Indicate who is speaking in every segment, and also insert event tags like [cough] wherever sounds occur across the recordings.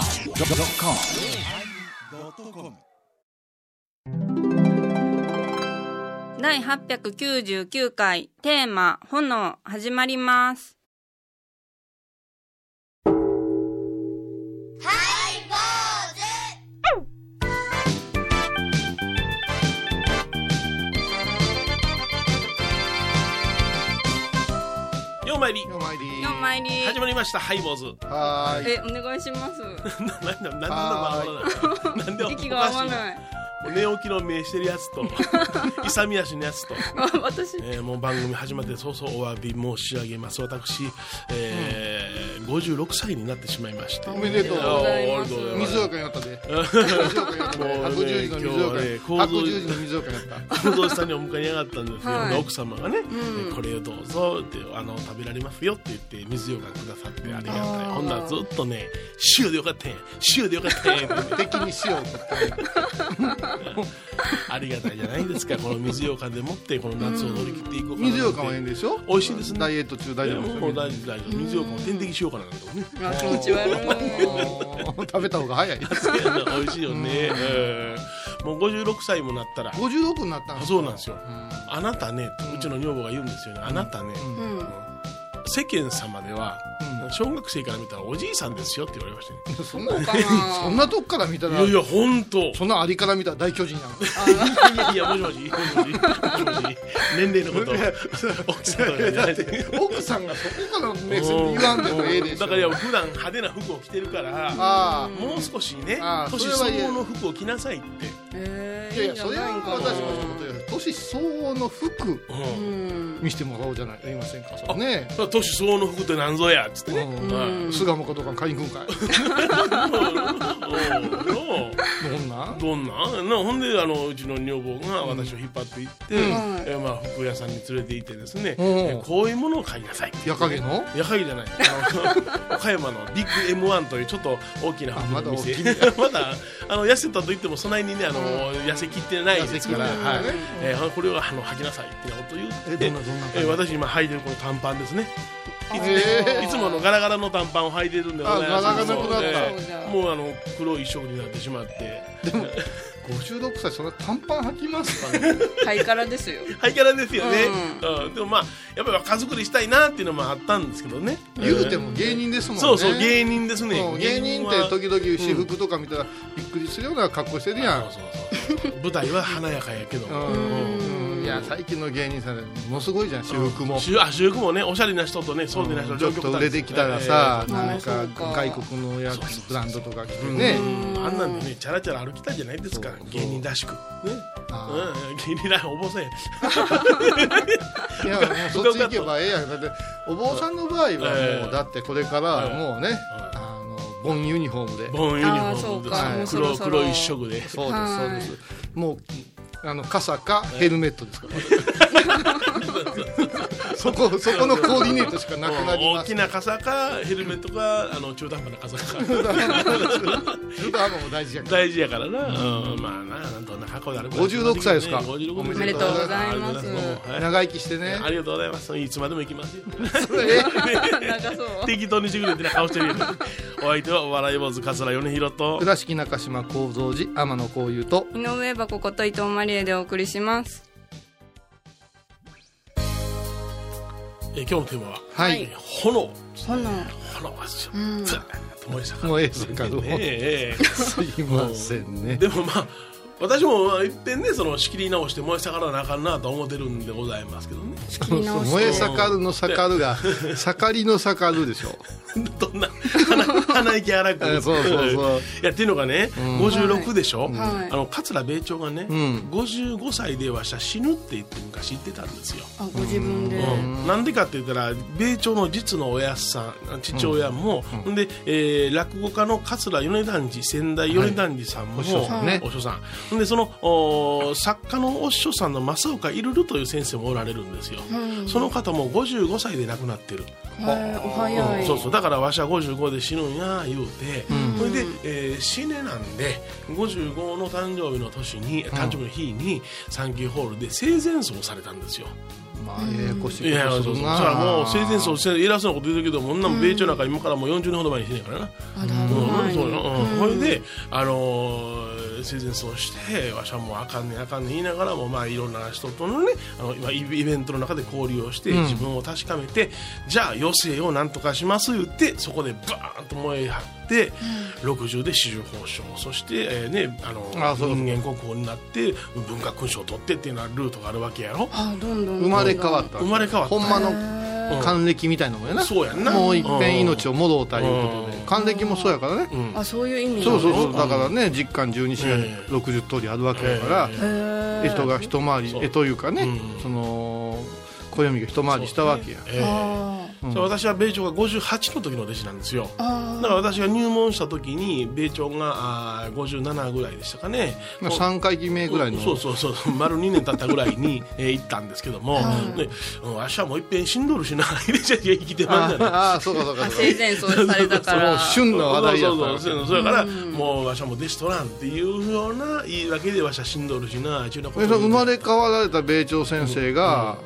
Speaker 1: yosmir
Speaker 2: 第899回テーマ「炎」始まります
Speaker 3: ようまいり
Speaker 4: よまいり
Speaker 2: 4枚入り
Speaker 3: 始まりましたハイボーズ [laughs]
Speaker 4: はーい
Speaker 2: えお願いします
Speaker 3: なんでなんでなんでなんで
Speaker 2: 息が合わない
Speaker 3: 寝起きの目してるやつと [laughs] 勇み足のやつと、
Speaker 2: あ私
Speaker 3: えーもう番組始まって早々お詫び申し上げます私、えー56歳になってしまいまして
Speaker 4: おめでとうご
Speaker 2: ざいます
Speaker 3: あーありがとうございます
Speaker 4: 水岡に
Speaker 2: [laughs]
Speaker 4: なったで水岡になった
Speaker 3: も
Speaker 4: で
Speaker 3: うね
Speaker 4: 白十字の水
Speaker 3: 今日はね
Speaker 4: 岡
Speaker 3: 構造
Speaker 4: 白十字の水岡になった
Speaker 3: 不動産にお迎えに上がったんですよ、
Speaker 2: はい
Speaker 3: 奥様がね、えこれをどうぞってあの食べられますよって言って水ようかんくださってありがたい
Speaker 2: あー
Speaker 3: ほんならずっとね塩でよかったんや塩でよかったんやって言って
Speaker 4: 敵にしようって
Speaker 3: [laughs]
Speaker 4: 言って
Speaker 3: ありがたいじゃないですかこの水ようかんでもってこの夏を乗り切っていこうかな
Speaker 4: 水岡はいいん
Speaker 3: ね
Speaker 4: でしょ
Speaker 3: 美味しいですね
Speaker 4: ダイエット中大丈夫です
Speaker 3: もう
Speaker 4: よ
Speaker 3: 大事大事水ようかんを点滴しようかなとかね
Speaker 2: あ気持ち悪い
Speaker 4: 食べた方が早い [laughs]
Speaker 3: 美味しいよね、うんもう56歳もなったら
Speaker 4: 56になったん
Speaker 3: あ
Speaker 4: です
Speaker 3: そうなんですよ
Speaker 4: うん
Speaker 3: あなたねうちの女房が言うんですよねあなたね、世間様では小学生から見たらおじいさんですよって言われましたね
Speaker 4: そんな
Speaker 2: かな
Speaker 4: [laughs] そんなとこから見た
Speaker 3: い
Speaker 4: ら
Speaker 3: やいや本当
Speaker 4: そんなありから見たら大巨人なの
Speaker 3: いやいやもしもしもしもしも
Speaker 4: [laughs]
Speaker 3: しもし年齢のこと奥さんとかじゃないです
Speaker 4: 奥さんがそこから目線で言わんでもええでしょ
Speaker 3: だからいや普段派手な服を着てるから
Speaker 4: あ
Speaker 3: もう少しね
Speaker 4: あーそ
Speaker 3: 年
Speaker 4: れは
Speaker 3: 相
Speaker 4: 言え
Speaker 3: 応の服を着なさいって
Speaker 2: え
Speaker 4: あい
Speaker 2: ー
Speaker 4: やい
Speaker 2: いいん
Speaker 4: や
Speaker 2: じゃ
Speaker 4: そ
Speaker 2: な
Speaker 4: れは私も一言より年相応の服
Speaker 3: うん
Speaker 2: うん
Speaker 4: 見せてもらおうじゃないありませんかそれね
Speaker 3: まあ年相応の服ってなんぞやっつってね
Speaker 4: うん
Speaker 3: はい
Speaker 4: 菅本とか会員軍会
Speaker 3: おう
Speaker 4: どんな
Speaker 3: [laughs] どんなんなほんであのうちの女房が私を引っ張っていって、えまあ、服屋さんに連れて行ってですね、
Speaker 4: うん
Speaker 3: えこういうものを買いなさいって
Speaker 4: 矢影の
Speaker 3: やはりじゃないあの岡山のビッグ M1 というちょっと大きな
Speaker 4: あまだ
Speaker 3: 服
Speaker 4: 大
Speaker 3: の
Speaker 4: きい
Speaker 3: 店 [laughs] まだあの痩せたといってもそないにねあの、痩せきってないですから、
Speaker 4: 痩せきってない
Speaker 3: はいえーこれをあの履きなさいってなことを言って
Speaker 4: えどんなどんな
Speaker 3: えー私今履いてるこの短パンですねいつ,、
Speaker 4: えー
Speaker 3: いつもあのガラガラの短パンを履いてるんでございます
Speaker 4: あガラガラのだった
Speaker 3: えー
Speaker 2: そうじゃん
Speaker 3: もうあの黒い衣装になってしまって
Speaker 4: 56歳それは短パン履きますかね
Speaker 2: ハイカラですよ
Speaker 3: ハイキャラですよね、うんでもまあやっぱり若作りしたいなっていうのもあったんですけどね
Speaker 4: 言うても芸人ですもんね
Speaker 3: そうそう芸人ですね
Speaker 4: うん芸人っ
Speaker 3: は
Speaker 4: て時々私服とか見たらびっくりするような格好してるやん
Speaker 3: そうそうそう舞台は華やかやけど
Speaker 4: うんうんいや最近の芸人さんでものすごいじゃん私服も
Speaker 3: 主あ主役もねおしゃれな人とねそうでない人
Speaker 4: ちょっと売れてきたらさ、
Speaker 2: えー
Speaker 4: なん
Speaker 2: あ
Speaker 4: か
Speaker 2: ーそうか
Speaker 4: 外国のやつブランドとか着て
Speaker 3: ね
Speaker 4: ね、
Speaker 3: あんなんでねチャラチャラ歩きたいじゃないですか
Speaker 4: そうそう
Speaker 3: 芸人らしくね
Speaker 4: あ
Speaker 3: うん芸人らしくおぼせん
Speaker 4: い
Speaker 3: [laughs]
Speaker 4: やもうそっち行けばええやんだってお坊さんの場合はもう、
Speaker 3: えー
Speaker 4: だってこれからもうね、あのボンユニフォームで、
Speaker 3: ボンユニフォ
Speaker 2: あーそ
Speaker 3: ー
Speaker 2: う
Speaker 3: ム
Speaker 2: か
Speaker 3: で
Speaker 4: もう
Speaker 3: す
Speaker 2: そろ
Speaker 3: 黒
Speaker 2: そろ
Speaker 3: 黒一色で
Speaker 4: そうです
Speaker 2: は
Speaker 4: そう
Speaker 2: い
Speaker 4: ですもうあの傘かヘルメットで
Speaker 3: [laughs]
Speaker 4: すから、そこそこのコーディネートしかなくなりま
Speaker 3: 大
Speaker 4: す
Speaker 3: きな傘かヘルメットかあの中途半端な傘か
Speaker 4: [laughs] 普段も大事やから
Speaker 3: 大事やからなうんまあななんとな箱で歩く
Speaker 4: 56歳ですか
Speaker 3: お
Speaker 4: お
Speaker 3: め
Speaker 4: め
Speaker 3: で
Speaker 4: で
Speaker 3: と
Speaker 4: と
Speaker 3: う
Speaker 4: う
Speaker 3: ご
Speaker 4: ご
Speaker 3: ざ
Speaker 2: ざ
Speaker 3: い
Speaker 2: い
Speaker 3: ま
Speaker 2: ますす
Speaker 3: はい
Speaker 4: 長生きしてね
Speaker 3: ありがとうございますいつまでも行きます
Speaker 4: [laughs]
Speaker 3: よ
Speaker 4: それ
Speaker 2: 長そう
Speaker 3: 適当にしてくれってな顔してるよお相手はお笑い坊主桂米宏と
Speaker 4: 倉敷中島幸三寺天野幸雄と
Speaker 2: 井上箱こと伊藤マリエでお送りします
Speaker 3: えー今日のテーマは
Speaker 4: はい、
Speaker 2: はい
Speaker 3: 「炎」
Speaker 2: 炎
Speaker 3: 炎はちょっと思いましたから
Speaker 4: もうええですかどうも
Speaker 3: ねえ
Speaker 4: すいませんね
Speaker 3: でもまあ私もまあいっぺんねその仕切り直して燃え盛らなあかんなと思ってるんでございますけどね
Speaker 2: 切り直
Speaker 4: 燃え
Speaker 2: して
Speaker 4: 盛るの盛るが盛りの盛るでしょ
Speaker 3: どんな鼻鼻息荒く
Speaker 4: えそうそうそう
Speaker 3: いやっていうのがね、56でしょ、
Speaker 2: はい
Speaker 3: あの桂米朝がね、
Speaker 4: ん
Speaker 3: 55歳ではしたら死ぬって言って昔言ってたんですよ
Speaker 2: あご自分で
Speaker 3: うんなんでかって言ったら米朝の実のおやっさん父親も、ほんで、えー落語家の桂米團次先代米團次さんも、
Speaker 4: お師匠さんね
Speaker 3: お師匠さんほんでそのお作家のお師匠さんの正岡いるるという先生もおられるんですよ、その方も55歳で亡くなってる、
Speaker 2: はいお早い
Speaker 3: そうそうだからわしは55で死ぬんや言うて、それで、えー死ねなんで55の誕生日の年に誕生日の日にサンキューホールで生前葬をされたんですよ
Speaker 4: まあややこし
Speaker 3: い
Speaker 4: い
Speaker 3: や
Speaker 4: こ
Speaker 3: そ
Speaker 4: と
Speaker 3: う
Speaker 4: す
Speaker 3: そうそ
Speaker 4: る
Speaker 3: う
Speaker 4: な
Speaker 3: もう生前葬して偉そうなこと言うけどもんなん米朝なんか今からもう40年ほど前にしてんねやからな
Speaker 1: あだいぶ
Speaker 3: うん
Speaker 1: 前に
Speaker 3: そうようんほいであのー生前葬してわしゃもうあかんねんあかんねん言いながらもまあいろんな人とのねあの今イベントの中で交流をして自分を確かめて、じゃあ余生をなんとかします言ってそこでバーンと燃え張って、60で四十報奨そして、えーねあの
Speaker 4: あそうそう
Speaker 3: 人間国宝になって文化勲章を取ってっていうようなルートがあるわけやろ
Speaker 1: あどんどんどんどん
Speaker 4: 生まれ変わった
Speaker 3: 生まれ変わった
Speaker 4: ほんまの
Speaker 3: うん
Speaker 4: 還暦みたいなもんやな
Speaker 3: そうやんな
Speaker 4: もういっぺん命を戻うたいうことで
Speaker 3: うん
Speaker 4: 還暦もそうやからね
Speaker 3: うん
Speaker 1: あそういう意味
Speaker 4: そうそう
Speaker 3: う
Speaker 4: そ
Speaker 3: ん
Speaker 4: うだからね実感十二支が
Speaker 3: ええ
Speaker 4: 60通りあるわけだから
Speaker 3: え
Speaker 1: へー
Speaker 4: 干支が一回り
Speaker 3: そう
Speaker 4: えというかね
Speaker 3: うん
Speaker 4: その暦が一回りしたわけや
Speaker 3: えー
Speaker 1: あー
Speaker 4: うん
Speaker 3: そう私は米朝が58の時の弟子なんですよだ
Speaker 1: あ
Speaker 3: から私が入門した時に米朝があー57ぐらいでしたかね
Speaker 4: 3回忌目ぐらいの
Speaker 3: そうそうそうそう丸2年経ったぐらいに、 [laughs] えー行ったんですけども、でうん、わしはもういっぺん死んどるしな入れちゃ生きてまんじゃない
Speaker 4: ああそうかそうか
Speaker 2: あ
Speaker 4: そう
Speaker 2: 生
Speaker 4: か
Speaker 2: 前葬されたから
Speaker 4: [laughs] そう旬な話題や
Speaker 3: そ
Speaker 4: っ
Speaker 3: う
Speaker 4: た
Speaker 3: そう
Speaker 4: わけ
Speaker 3: そうそうだから、もうわしはもう弟子取らんっていうような言い訳でわしは死んどるしなちゅうなこ
Speaker 4: え
Speaker 3: と
Speaker 4: その生まれ変わられた米朝先生が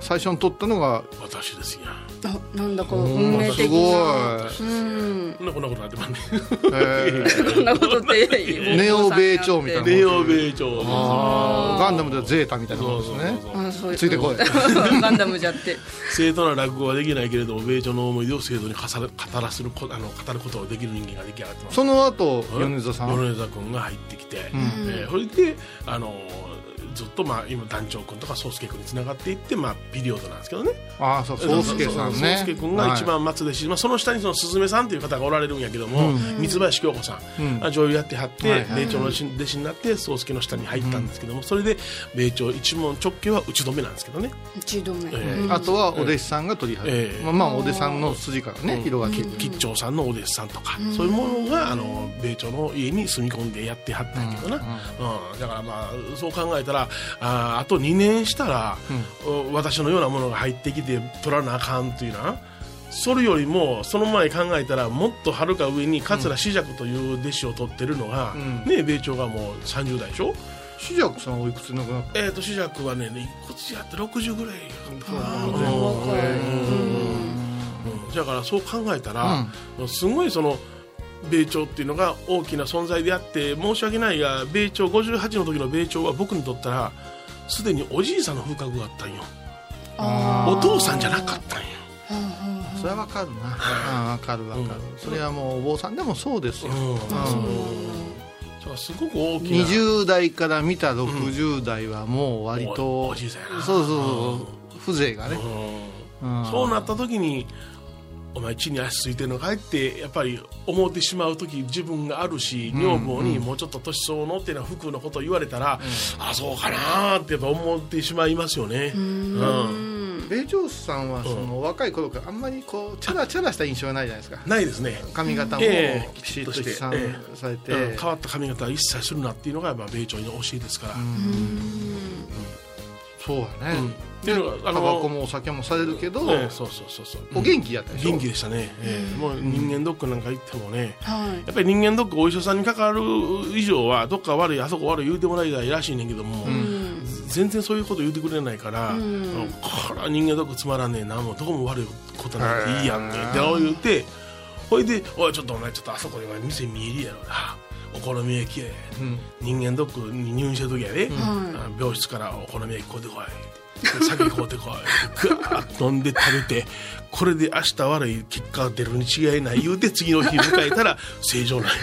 Speaker 4: 最初に取ったのが
Speaker 3: 私ですよ
Speaker 1: あなんだか運命
Speaker 4: す
Speaker 1: 的
Speaker 4: ごい
Speaker 1: なうん
Speaker 3: こんなこんなことなって
Speaker 4: [laughs]
Speaker 3: まんね [laughs]
Speaker 4: ええ
Speaker 1: こんなことって
Speaker 4: ネオ米朝みたいな
Speaker 3: レオ米朝
Speaker 4: あーガンダムではゼータみたいなも
Speaker 3: そ
Speaker 4: ん
Speaker 3: う
Speaker 4: です
Speaker 3: そうそう
Speaker 1: [laughs] あそ
Speaker 3: そう
Speaker 4: ね
Speaker 1: う
Speaker 4: ついてこい
Speaker 1: [laughs] ガンダムじゃって
Speaker 3: 正当な落語はできないけれども米朝の思い出を正当に語る語らするこあの語ることをできる人間が出来上がってます
Speaker 4: その後
Speaker 3: うん
Speaker 4: 米津さん
Speaker 3: 米沢君が入ってきて、えーそれであのーずっと、まあ、今団長君とか宗介君につながっていって、まあ、ピリオドなんですけどね
Speaker 4: ああそう宗介さんね
Speaker 3: 宗介君が一
Speaker 4: は
Speaker 3: 番松弟子、まあ、その下にそのすずめさんという方がおられるんやけども、三林京子さん、
Speaker 4: うん
Speaker 3: 女優やってはって、
Speaker 4: はいはい
Speaker 3: 米朝の弟子弟子になって宗介の下に入ったんですけども、それで米朝一門直系は打ち止めなんですけどね、
Speaker 1: 一度目
Speaker 3: え
Speaker 4: い
Speaker 3: ー
Speaker 4: うんあとはお弟子さんが取り張
Speaker 3: え
Speaker 4: る
Speaker 3: え
Speaker 4: まあまあお弟子さんの筋からね色が切る
Speaker 3: 吉兆さんのお弟子さんとか、そういうものがあの米朝の家に住み込んでやってはったんやけどな、うんだからまあそう考えたらあーあと2年したら、お私のようなものが入ってきて取らなあかんというなそれよりもその前考えたらもっとはるか上に桂志尺という弟子を取ってるのが、
Speaker 4: ん
Speaker 3: ね米朝がもう30代でしょ、
Speaker 4: 志尺さんおいくつで亡くなった
Speaker 3: えー、と志尺はねいくつやって60ぐらいや
Speaker 1: あー
Speaker 3: うん
Speaker 1: 若い
Speaker 3: うんだからそう考えたら、すごいその米朝っていうのが大きな存在であって申し訳ないが米朝58の時の米朝は僕にとったらすでにおじいさんの風格があったんよ
Speaker 1: あ
Speaker 3: お父さんじゃなかったんよ
Speaker 4: それはわかるなわかるわかるそれはもうお坊さんでもそうですよ
Speaker 3: うんだからすごく大きな
Speaker 4: 20代から見た60代はもう割
Speaker 3: お
Speaker 4: と
Speaker 3: おじいさんやな
Speaker 4: そうそう風情がね
Speaker 3: うんそうなった時にお前地に足ついてんのかいってやっぱり思ってしまう時自分があるし女房にもうちょっと年相応のっていうのは服のことを言われたら、あそうかなーってやっぱ思ってしまいますよね。うん
Speaker 4: 米朝さんはその若い頃からあんまりこうチャラチャラした印象がないじゃないですか
Speaker 3: ないですね、
Speaker 4: 髪型も
Speaker 3: ええ
Speaker 4: きちっとし
Speaker 3: きち
Speaker 4: て
Speaker 3: っと
Speaker 4: さ
Speaker 3: してえ
Speaker 4: され
Speaker 3: うん
Speaker 4: て
Speaker 3: 変わった髪型は一切するなっていうのがやっぱ米朝の教えですから、うん
Speaker 4: そうやね
Speaker 3: っていうのがあ
Speaker 4: タ
Speaker 3: の
Speaker 4: バコもお酒もされるけど
Speaker 3: ええそうそうそうそう
Speaker 4: お元気やったでしょ
Speaker 3: 元気でしたね、ええもう人間ドックなんか行ってもね、
Speaker 1: はい
Speaker 3: やっぱり人間ドックお医者さんにかかる以上はどっか悪いあそこ悪い言うてもらいたいらしいねんけども、全然そういうこと言うてくれないから、うんこれは人間ドックつまらねえなもうどこも悪いことなんていいやんねって言ってほいで「おいちょっとお前ちょっとあそこで店見えるやろなお好み焼きや、人間ドックに入院した時やで、あの病室からお好み焼き買うてこい」酒買うてこいぐわーっと飲んで食べてこれで明日悪い結果が出るに違いない言うて次の日迎え
Speaker 1: [laughs]
Speaker 3: たら正常なんや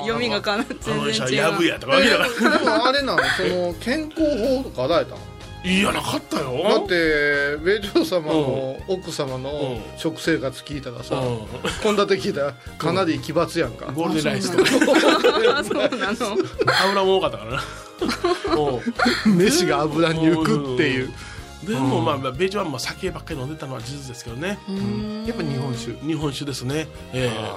Speaker 1: 読みがかな
Speaker 3: あの医
Speaker 1: 全
Speaker 3: 者
Speaker 1: 然違
Speaker 3: やぶ
Speaker 1: う
Speaker 3: やとかわけだか
Speaker 4: でもあれなのその健康法とかあられたの
Speaker 3: らいやなかったよ
Speaker 4: だって米朝様の奥様の
Speaker 3: う
Speaker 4: 食生活聞いたらさ
Speaker 3: う
Speaker 4: 献立聞いたらかなり奇抜やんか [laughs]
Speaker 3: ん、ゴールデンライスとか
Speaker 1: あ [laughs] そうなの
Speaker 3: 油も多かっ
Speaker 1: [laughs]
Speaker 3: たからなおう
Speaker 4: 飯が油に浮くっていう
Speaker 3: でもまあまあ米朝はまあ酒ばっかり飲んでたのは事実ですけどね
Speaker 4: やっぱ日本酒
Speaker 3: 日本酒ですね、ええ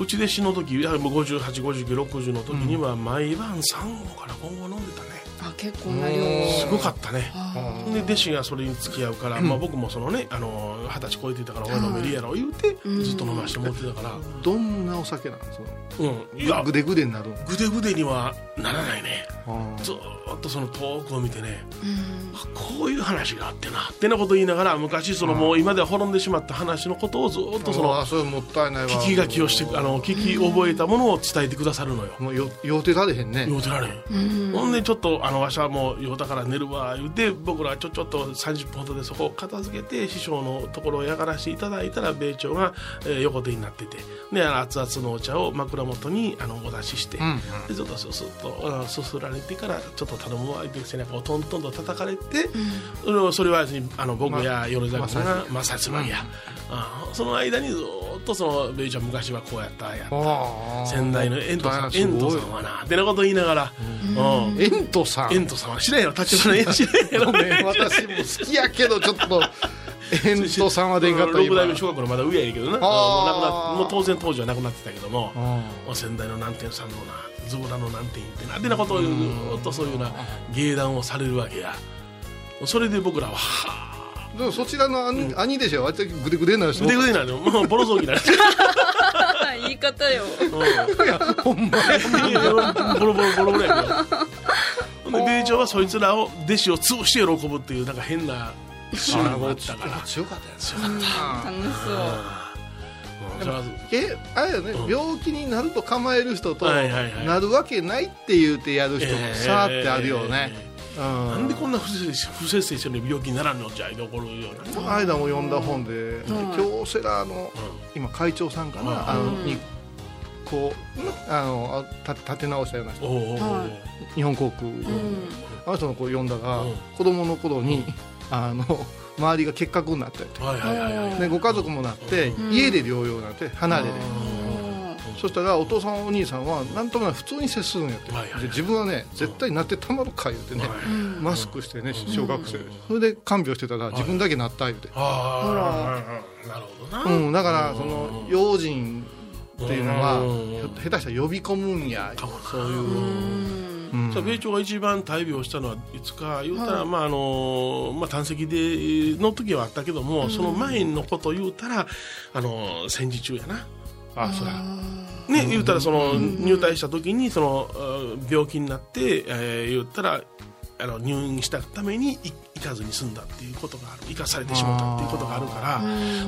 Speaker 3: うち弟子の時いやもう585960の時には毎晩3合から今後飲んでたね
Speaker 1: あ結構な量
Speaker 4: うん
Speaker 3: すごかったね
Speaker 1: あ
Speaker 3: で弟子がそれに付き合うから、まあ、僕もそのねあの二十歳超えていたから俺飲めるやろ言うて
Speaker 1: ん
Speaker 3: ずっと飲ましてもらってたから、
Speaker 4: どんなお酒なんですか
Speaker 3: うん、いや
Speaker 4: グデグデになるの
Speaker 3: ぐでぐでにはならないね
Speaker 4: あ
Speaker 3: ずーっとその遠くを見てね、あこういう話があってなってなこと言いながら昔そのもう今では滅んでしまった話のことをずーっとその
Speaker 4: あそれもったいないわ
Speaker 3: 聞き書きをしてあの聞き覚えたものを伝えてくださるのよ。
Speaker 4: もうよ予定立てへんね
Speaker 3: 酔うてられん、ほんでちょっとあのわしはもう酔うたから寝るわ言うて僕らちょちょっと30分ほどでそこを片付けて師匠のところをやがらしていただいたら米朝が、えー横手になっててであの熱々のお茶を枕元にあのお出しして、
Speaker 4: うんうん
Speaker 3: でちょっとすすっとあのすすられてからちょっと頼むわ言うて背中をトントンと叩かれて、それをそれは別にあの僕や米沢君が摩擦マンや、あその間にずーっとその米朝昔はこうやったやった
Speaker 4: あ
Speaker 3: 先代のエントさん
Speaker 4: す
Speaker 3: エン
Speaker 4: ご
Speaker 3: ト
Speaker 4: い
Speaker 3: さんはなってなこと言いながら、うん
Speaker 4: エントさん
Speaker 3: エントさんは知らんやろ立花園知らんやろ
Speaker 4: ごめん私も好きやけどちょ
Speaker 3: [laughs]
Speaker 4: っとエントさんは出んかった
Speaker 3: 六代
Speaker 4: 今
Speaker 3: 目小学校のまだ上やねんけどな
Speaker 4: あー
Speaker 3: もう亡くなっもう当然当時はなくなってたけども
Speaker 4: あ
Speaker 3: もう先代の南天さんのなズボラの南天ってなってなことを言うずっとそういうような芸談をされるわけやそれで僕らははあ
Speaker 4: ーでもそちらの兄,、兄弟子は割とグデグデになる人
Speaker 3: 腕腕なんでもうボロ雑巾なんで
Speaker 1: [laughs] 言い方よ
Speaker 4: ほんま
Speaker 3: いやボロボロボロボロやけどほんで米朝はそいつらを弟子を潰して喜ぶっていうなんか変なシーンがあったから
Speaker 4: 強かったやつ
Speaker 1: 楽しそう
Speaker 3: うんそれは
Speaker 4: えあれよね、
Speaker 3: うん
Speaker 4: 病気になると構える人と、
Speaker 3: はいはいはい
Speaker 4: なるわけないって言うてやる人もさーってあるよね、うん
Speaker 3: なんでこんな不摂生不摂生してるのに病気にならんのじゃいで怒るような
Speaker 4: この間も読んだ本で、京セラの今会長さんかな、
Speaker 3: うん
Speaker 4: あのにこうあのあた立て直したような人
Speaker 3: おうおうおう
Speaker 4: 日本航空の、あの人の子を読んだが、
Speaker 3: うん
Speaker 4: 子供の頃にあの周りが結核になったよ
Speaker 3: はいはいはいはい
Speaker 4: でご家族もなって、家で療養になって離れで、そしたらお父さんお兄さんはなんともない普通に接するんやって、
Speaker 3: はいはいはい
Speaker 4: で自分はね絶対なってたまるか言ってね、
Speaker 3: はい
Speaker 4: マスクしてね小学生、それで看病してたら自分だけなった言うて、
Speaker 3: ああなるほどな
Speaker 4: うん、だからその用心っていうのは
Speaker 3: うん
Speaker 4: ひょ下手したら呼び込むんや
Speaker 3: かもそういうさあ米朝が一番大病したのはいつか言うたら、まああのまあ胆石での時はあったけども、その前のこと言うたらあの戦時中やな
Speaker 4: あそら
Speaker 3: ね、言うたらその入隊した時にそのあー病気になって、えー言ったらあの入院したためにい行かずに済んだっていうことがある行かされてしまったっていうことがあるから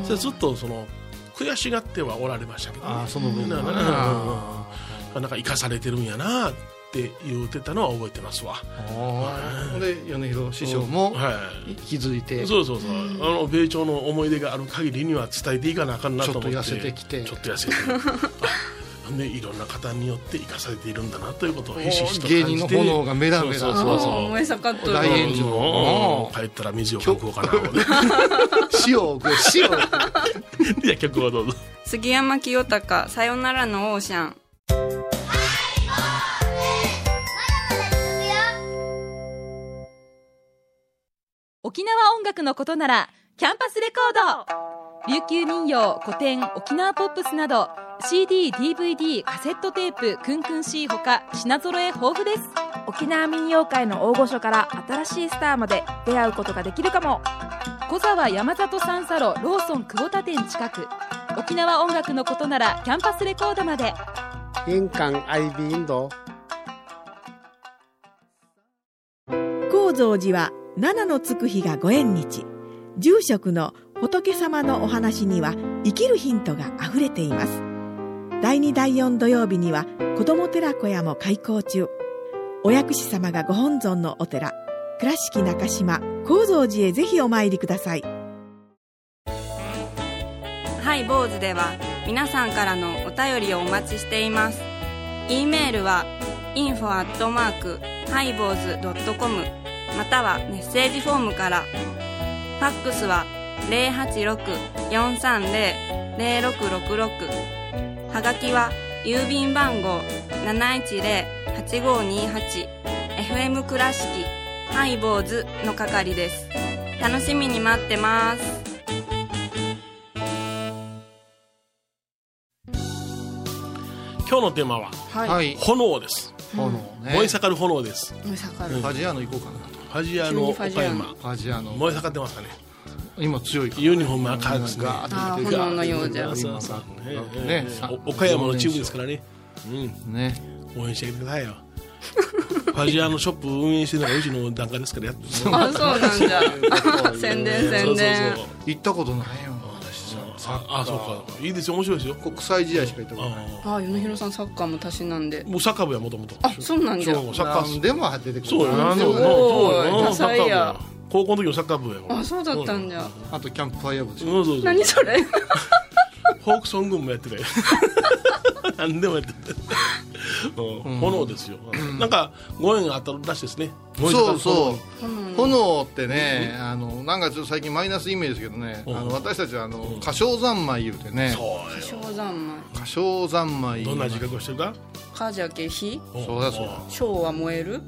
Speaker 3: それずっとその悔しがってはおられましたけど、ね、
Speaker 4: あーその分
Speaker 3: なな
Speaker 4: あ
Speaker 3: うんなんか生かされてるんやなって言うてたのは覚えてますわ。
Speaker 4: ほんで米広師匠も
Speaker 3: はい
Speaker 4: 気づいて
Speaker 3: そうそうそう、あの米朝の思い出がある限りには伝えていかなあかんなと思って
Speaker 4: ちょっと痩せてきて
Speaker 3: ちょっと痩せてあでいろんな方によって生かされているんだなということをひしひしと感じ
Speaker 4: 芸
Speaker 3: て
Speaker 4: 人の炎がメラメラ
Speaker 3: そうそう
Speaker 1: あ
Speaker 3: そう
Speaker 1: 燃え盛っとる
Speaker 4: 大炎上
Speaker 3: うん帰ったら水をかこうかな思って
Speaker 4: 塩を食え
Speaker 3: [laughs]
Speaker 4: 塩を食え
Speaker 3: じゃあ曲をどうぞ
Speaker 2: 杉山清隆、さよならのオーシャン。
Speaker 5: 沖縄音楽のことならキャンパスレコード琉球民謡古典沖縄ポップスなど CDDVD カセットテープクンクン C ほか品揃え豊富です
Speaker 6: 沖縄民謡界の大御所から新しいスターまで出会うことができるかも
Speaker 5: 小沢山里三佐路ローソン久保田店近く沖縄音楽のことならキャンパスレコードまで
Speaker 7: 印港 IB 印度
Speaker 8: 高蔵寺は七のつく日がご縁日住職の仏様のお話には生きるヒントがあふれています第2第4土曜日には子ども寺小屋も開校中お薬師様がご本尊のお寺倉敷中島・高蔵寺へぜひお参りください
Speaker 2: ハイボーズでは皆さんからのお便りをお待ちしています。e メールは info アットマークハイボーズドットコムまたはメッセージフォームから。ファックスは086-430-0666はがきは郵便番号710-8528 FM 倉敷ハイボーズの係です。楽しみに待ってます。
Speaker 3: 今日のテーマは
Speaker 4: はい、はい、
Speaker 3: 炎です、
Speaker 4: 炎ね
Speaker 3: 燃え盛る炎です
Speaker 1: 燃え盛
Speaker 4: フ
Speaker 1: る
Speaker 4: ァジアーノ行こうかな
Speaker 3: ファジアの
Speaker 1: 急
Speaker 3: 岡
Speaker 1: にフ
Speaker 3: 山
Speaker 4: ファジアーノ
Speaker 3: 燃え盛ってますかね
Speaker 4: 今強いから
Speaker 3: ユニフォーム赤ですね
Speaker 4: ガー
Speaker 1: あー
Speaker 4: ッて出て
Speaker 1: 炎のようじゃ
Speaker 3: そうそう
Speaker 4: ね
Speaker 3: ねお岡山のチームですからね、う
Speaker 4: ね
Speaker 3: ん、応援してくださいよファジアのショップ運営してるのがうちの檀家ですからやってそう
Speaker 1: あそうなんじゃ宣伝
Speaker 3: そ
Speaker 1: 宣
Speaker 3: うそう
Speaker 1: 伝
Speaker 4: 行ったことないよ私さ
Speaker 3: ああそうかいいですよ面白いですよ
Speaker 4: 国際試合しか行ったことない
Speaker 3: あ
Speaker 1: あ米広さんサッカーもたしなんで
Speaker 3: ーもうサッカー部やもともと
Speaker 1: あそうなんじゃ
Speaker 3: そうサッカー
Speaker 4: 何
Speaker 3: 部
Speaker 4: でも出てくる
Speaker 3: そうよなんでも
Speaker 1: すご
Speaker 3: な
Speaker 1: い
Speaker 3: そうよな
Speaker 1: 多彩や
Speaker 3: サッカー部高校の時のサッカー部やから
Speaker 1: あそうだったんじゃ
Speaker 4: あとキャンプファイヤー部でし
Speaker 3: そう
Speaker 4: ょ
Speaker 3: そうそう
Speaker 1: 何それ
Speaker 3: フォークソングもやって [laughs] たよ何でもやってた、うん炎ですよ、なんかご縁があったらしいですね
Speaker 4: そうそう炎ってね、あのなんかちょっと最近マイナスイメージですけどね、
Speaker 3: うん
Speaker 4: あの私たちはあの、歌唱三昧言うてね
Speaker 3: そうよ
Speaker 1: 小三昧
Speaker 4: 歌唱三昧
Speaker 3: どんな自覚をしてるか
Speaker 1: 火じゃけ火
Speaker 4: そうだそうだ
Speaker 1: 小は燃える
Speaker 3: 違う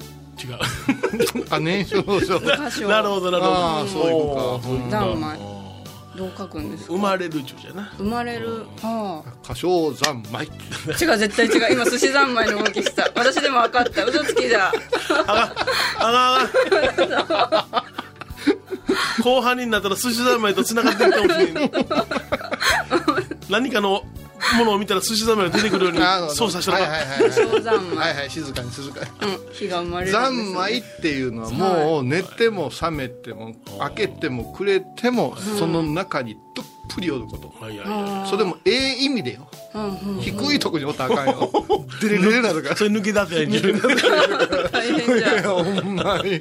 Speaker 4: あ燃焼の焼
Speaker 1: 火小
Speaker 3: なるほどなるほど
Speaker 4: あーそういうことか
Speaker 3: そういうこと
Speaker 1: 三昧
Speaker 3: あ
Speaker 1: どう書くんです
Speaker 3: ー
Speaker 1: か
Speaker 3: 生まれる中じゃな
Speaker 1: 生まれるは
Speaker 4: [laughs] 歌唱三昧
Speaker 1: あ違う絶対違う今寿司三昧の動きした私でも分かった嘘つきだ
Speaker 3: あら後半になったら寿司三昧と繋がってるかもしれない何かのものを見たら寿司三昧が出てくるように
Speaker 4: なるほど
Speaker 3: 操作したら、
Speaker 4: はいはいはいはい
Speaker 1: 小三
Speaker 4: は
Speaker 1: 昧
Speaker 4: いはい静かに静かに
Speaker 1: うん火が生まれる
Speaker 4: 三昧
Speaker 1: 昧
Speaker 4: っていうのはもう寝ても覚めても開けてもくれてもその中にどっぷりおること
Speaker 3: いやいや
Speaker 4: それもええ意味でよ低いとこにおったらあかん [laughs] よデレデレなるから
Speaker 3: それ抜け出せ自分で
Speaker 1: 大変じゃん
Speaker 4: ほんま [laughs] にね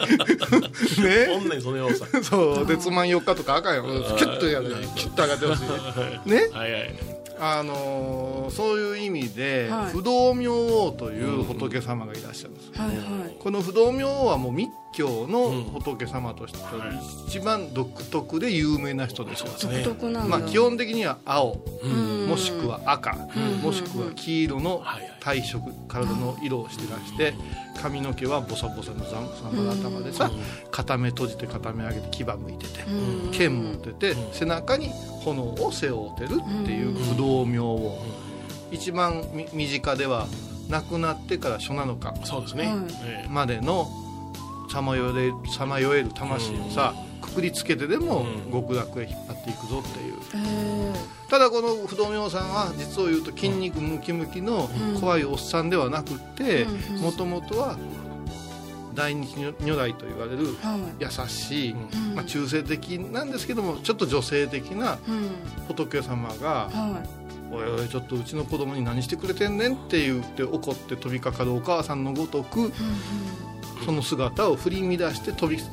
Speaker 3: おんねんその要素
Speaker 4: そうでつまん4日とかあかんよキュッとやるキュッと上がってほしいね
Speaker 3: はいはい
Speaker 4: あのーそういう意味で、
Speaker 1: はい
Speaker 4: 不動明王という仏様がいらっしゃるんです、
Speaker 1: はいはい
Speaker 4: この不動明王はもう密教の仏様として一番独特で有名な人ですよ、
Speaker 1: 独特なんだ
Speaker 4: まあ、基本的には青、
Speaker 1: ん
Speaker 4: もしくは赤、もしくは黄色の
Speaker 3: はいはい
Speaker 4: 体色体の色をしてらして髪の毛はボサボサのざんサンバの頭でさ片目閉じて片目上げて牙向いてて剣持ってて背中に炎を背負うてるっていう不動明王一番み身近では亡くなってから初7日
Speaker 3: そうですね、
Speaker 1: うん
Speaker 3: え
Speaker 4: までのさまよえるさまよえる魂をさくくりつけてでも
Speaker 3: うん
Speaker 4: 極楽へ引っ張っていくぞっていう
Speaker 1: えー
Speaker 4: ただこの不動明さんは実を言うと筋肉ムキムキの怖いおっさんではなくって
Speaker 1: うんうん
Speaker 4: もともとは大日如来と言われる
Speaker 1: は
Speaker 4: 優しい、
Speaker 1: ん
Speaker 4: まあ、中性的なんですけどもちょっと女性的ない
Speaker 1: うん
Speaker 4: 仏様が
Speaker 1: はい
Speaker 4: 「おいおいちょっとうちの子供に何してくれてんねん」って言って怒って飛びかかるお母さんのごとくその姿を振り乱して飛び立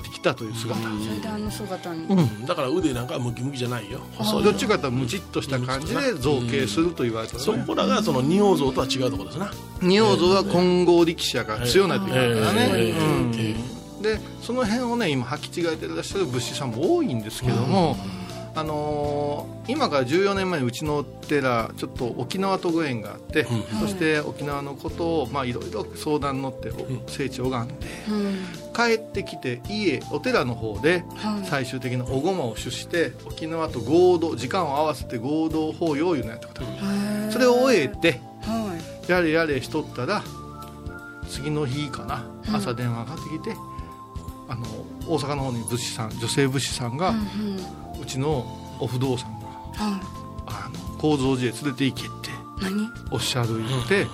Speaker 4: ってきたという姿。
Speaker 1: それであの姿に
Speaker 3: えだから腕なんかはムキムキじゃないよ細い
Speaker 4: どっちかというとムチッとした感じで造形すると言われた、ね、
Speaker 3: そこらがその仁王像とは違うところですな
Speaker 4: 仁王像は金剛力士やから強なっていかんから
Speaker 3: え
Speaker 4: ね
Speaker 3: え、
Speaker 4: うん
Speaker 3: ええ
Speaker 4: でその辺をね今履き違えてらっしゃる仏師さんも多いんですけども、あのー今から14年前にうちのお寺ちょっと沖縄とご縁があって、そして沖縄のことをまあいろいろ相談に乗ってお聖地を拝んで、帰ってきて家お寺の方で最終的なおごまを主して沖縄と合同時間を合わせて合同法要をいうのやったことそれを終えて
Speaker 1: はい
Speaker 4: やれやれしとったら次の日かな朝電話がかかってきて、あの大阪の方に物資さん女性物資さんが、うちのお不動産が、あの構造寺へ連れて行けっておっしゃる言って、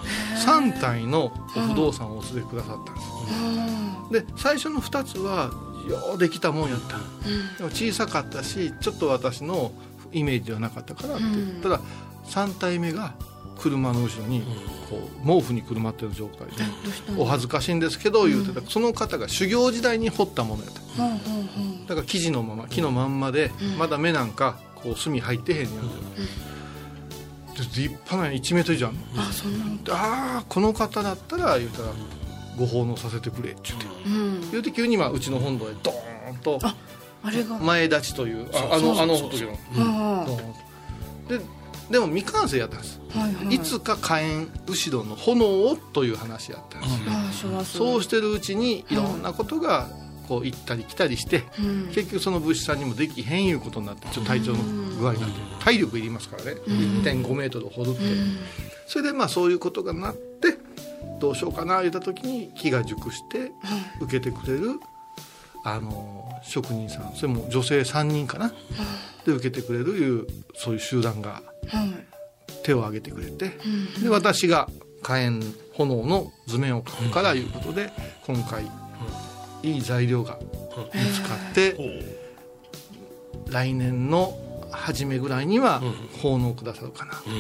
Speaker 4: 三3体のお不動産をお連れくださったんです、で最初の2つはようできたもんやった、でも小さかったしちょっと私のイメージではなかったからって言ったら、3体目が車の後ろにこう毛布にくるまってる状態で「お恥ずかしいんですけど」言うてた、その方が修行時代に掘ったものやった、だから生地のまま木のまんまで、まだ目なんかこう墨入ってへんやん、で立派な1メートル以上あんの
Speaker 1: あそんなの
Speaker 4: でああこの方だったら言うたらご奉納させてくれって言って、
Speaker 1: うん
Speaker 4: 言うて急にまあうちの本堂へドーンと
Speaker 1: あれが
Speaker 4: 前立ちというああのあの仏の
Speaker 1: あ
Speaker 4: ドーンとででも未完成やったんです、
Speaker 1: あはいはい
Speaker 4: い、つか火炎後ろの炎をという話やったんです、
Speaker 1: ああ昭和
Speaker 4: そう
Speaker 1: し
Speaker 4: してるうちにいろんなことがこう行ったり来たりして、
Speaker 1: うん
Speaker 4: 結局その物資さんにもできへんいうことになってちょっと体調の具合になって体力いりますからね、1.5メートルほどって、それでまあそういうことがなってどうしようかな言った時に木が熟して受けてくれる、あの職人さんそれも女性3人かな、で受けてくれるいうそういう集団が手を挙げてくれて、で私が火炎炎の図面を描くからいうことで、今回、いい材料が見つかって。来年の初めぐらいには奉納くださるかな、こう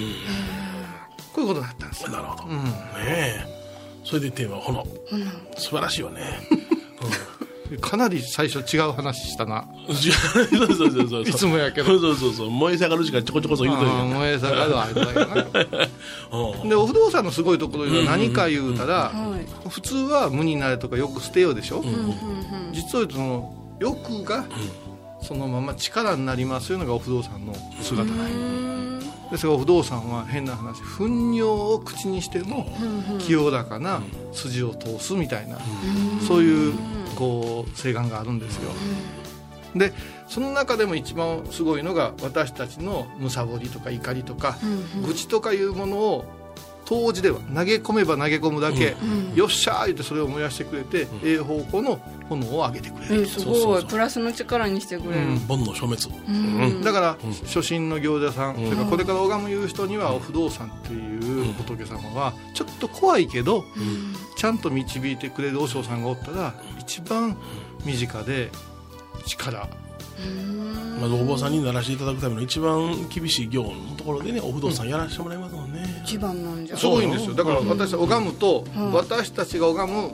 Speaker 4: いうことだったんですよ、
Speaker 3: なるほど、
Speaker 4: う
Speaker 3: ね
Speaker 4: ん
Speaker 3: えそれでテーマは炎素晴らしいよね [laughs]
Speaker 4: かなり最初違う話したな
Speaker 3: そうそうそうそう
Speaker 4: いつもやけ
Speaker 3: そ
Speaker 4: ど
Speaker 3: うそうそうそう燃え下がるしかちょこちょこそう言うとる
Speaker 4: あー燃え下がるあれだよな
Speaker 3: うん
Speaker 4: でお不動産のすごいところは何か言うたら、
Speaker 1: はい
Speaker 4: 普通は無になれとかよく捨てようでしょ、
Speaker 1: うんうん
Speaker 4: 実を言うとその欲がそのまま力になりますというのがお不動産の姿なんよですがお不動産は変な話糞尿を口にしても清らかな筋を通すみたいな、そういうこう請願があるんですよ。でその中でも一番すごいのが私たちのむさぼりとか怒りとか、愚痴とかいうものを当時では投げ込めば投げ込むだけ、よっしゃー言ってそれを燃やしてくれて、ええ方向の炎を上げてくれ
Speaker 1: う
Speaker 4: る、
Speaker 1: んえす
Speaker 3: そうそ
Speaker 1: ご
Speaker 3: う
Speaker 1: い
Speaker 3: そう
Speaker 1: プラスの力にしてくれる
Speaker 4: うん
Speaker 3: 煩悩消滅
Speaker 1: うん
Speaker 4: だから、
Speaker 3: うん
Speaker 4: 初心の行者さん、
Speaker 3: うん
Speaker 4: それからこれから拝む言う人にはお不動産っていう仏様はちょっと怖いけど、ちゃんと導いてくれる和尚さんがおったら一番身近で力
Speaker 3: まあ、お坊さんにならしていただくための一番厳しい業のところでねお不動産やらせてもらいますもんね、
Speaker 1: 一番なんじゃ
Speaker 4: すごいんですよだから私たち拝むと、私たちが拝む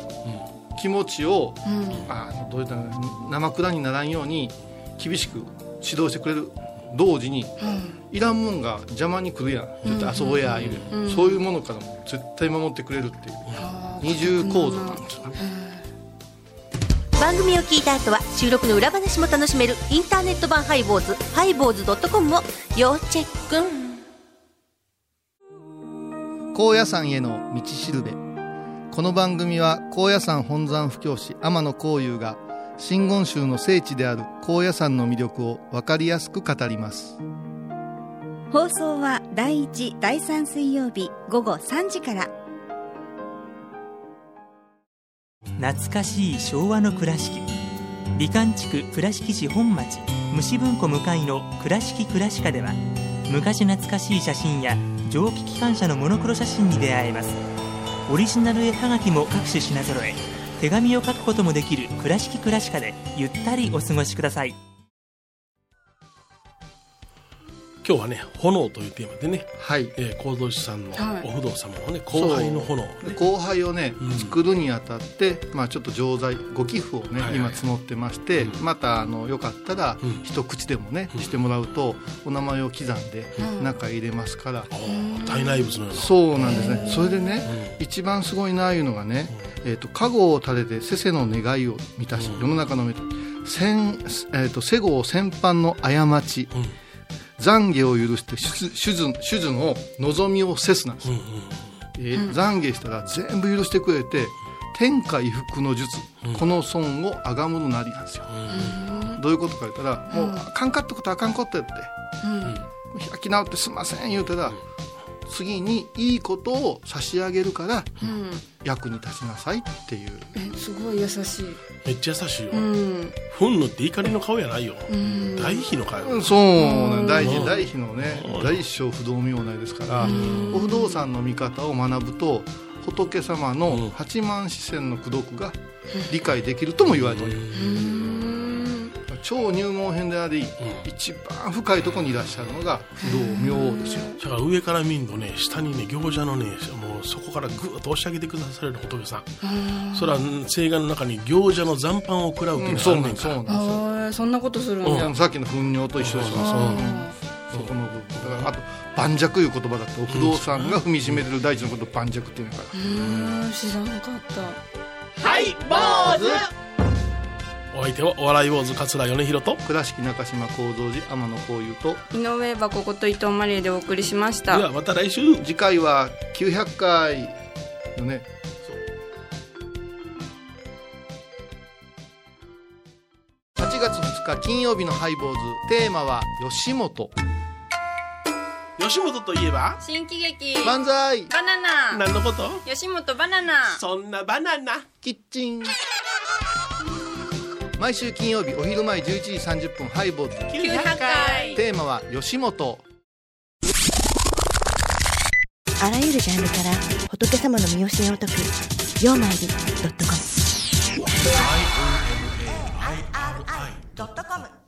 Speaker 4: 気持ちを、あーどういったらいいの生蔵にならんように厳しく指導してくれる同時に、いらんもんが邪魔に来るやん絶対遊ぼうやいう、そういうものからも絶対守ってくれるっていう二重構造なんですよね
Speaker 9: 番組を聞いた後は収録の裏話も楽しめるインターネット版ハイボーズハイボーズドットコムを要チェック
Speaker 4: 高野山への道しるべこの番組は高野山本山布教師天野幸雄が真言宗の聖地である高野山の魅力を分かりやすく語ります
Speaker 10: 放送は第1第3水曜日午後3時から
Speaker 11: 懐かしい昭和の倉敷美観地区倉敷市本町虫文庫向かいの「倉敷倉歯科」では昔懐かしい写真や蒸気機関車のモノクロ写真に出会えますオリジナル絵はがきも各種品揃え手紙を書くこともできる「倉敷倉歯科」でゆったりお過ごしください
Speaker 3: 今日はね炎というテーマでね
Speaker 4: はい
Speaker 3: えー構造師さんの
Speaker 1: はい
Speaker 3: お不動様のね後輩の炎をね
Speaker 4: 後輩をね、
Speaker 3: うん
Speaker 4: 作るにあたって、まあ、ちょっと錠剤ご寄付をね、
Speaker 3: はいはい
Speaker 4: 今募ってまして、
Speaker 3: う
Speaker 4: またあのよかったら、
Speaker 3: うん
Speaker 4: 一口でもね、
Speaker 3: うん
Speaker 4: してもらうとお名前を刻んで中入れますから、
Speaker 3: あー大内仏のような
Speaker 4: そうなんですねそれでね、
Speaker 3: う
Speaker 4: 一番すごいなあいうのがね、えー、と加護を垂れてせせの願いを満たし、
Speaker 3: うん
Speaker 4: 世の中の目とせん、えー、と世号戦犯の過ち
Speaker 3: うん
Speaker 4: 懺悔を許して手術手術の望みをせすなんです
Speaker 3: うん
Speaker 4: えー懺悔したら全部許してくれて天下衣服の術、
Speaker 3: うん
Speaker 4: この損をあがむのなりなんですよ、どういうことか言ったら、もうあかんかったことあかんことやって、開き直ってすんません言うたら、次にいいことを差し上げるから、役に立ちなさいっていう
Speaker 1: えすごい優しい
Speaker 3: めっちゃ優しいよ
Speaker 1: うん
Speaker 3: 憤怒って怒りの顔やないよ
Speaker 1: うん
Speaker 3: 大悲の顔よ
Speaker 4: そうね大
Speaker 3: う
Speaker 4: 事
Speaker 3: ん
Speaker 4: 大悲のね
Speaker 3: うん
Speaker 4: 大小不動明内ですからお不動産の見方を学ぶと仏様
Speaker 3: うん
Speaker 4: の八幡四川の功徳が理解できるとも言われております超入門編であり一番深いところにいらっしゃるのが不動明王ですよ
Speaker 3: だから上から見るとね下にね行者のねもうそこからぐーっと押し上げてくださる仏さんそれは聖願の中に行者の残飯を食らうっていううんのが
Speaker 4: そ
Speaker 3: あ
Speaker 4: うんな
Speaker 3: ね
Speaker 4: ん
Speaker 3: ん
Speaker 4: そ
Speaker 1: あーそ
Speaker 3: から
Speaker 4: うなんですよ
Speaker 1: んなことするん
Speaker 3: う
Speaker 1: じゃ
Speaker 4: さっきの糞尿と一緒です
Speaker 3: そ
Speaker 4: よ
Speaker 3: う
Speaker 4: うんそこの部分だからあと盤石いう言葉だと不動産が踏みしめてる大地のことを盤石っていうのが
Speaker 1: うん知らなかった
Speaker 3: お相手はお笑い坊主桂米広と
Speaker 4: 倉敷中島幸三寺天野幸雄と
Speaker 2: 井上はここと伊藤マリエでお送りしまし
Speaker 3: で
Speaker 2: た
Speaker 3: はまた来週
Speaker 4: 次回は900回のね日金曜日のハイボーズテーマは吉本
Speaker 11: 吉本といえば
Speaker 1: 新喜劇
Speaker 4: 漫才
Speaker 1: バナナ
Speaker 11: 何のこと
Speaker 1: 吉本バナナ
Speaker 11: そんなバナナ
Speaker 4: キッチン毎週金曜日お昼前11時30分ハイボーズ
Speaker 1: 900回
Speaker 4: テーマは吉本
Speaker 5: あらゆるジャンルから仏様の身教えを解く「曜マイルドットコム」
Speaker 12: ドットコム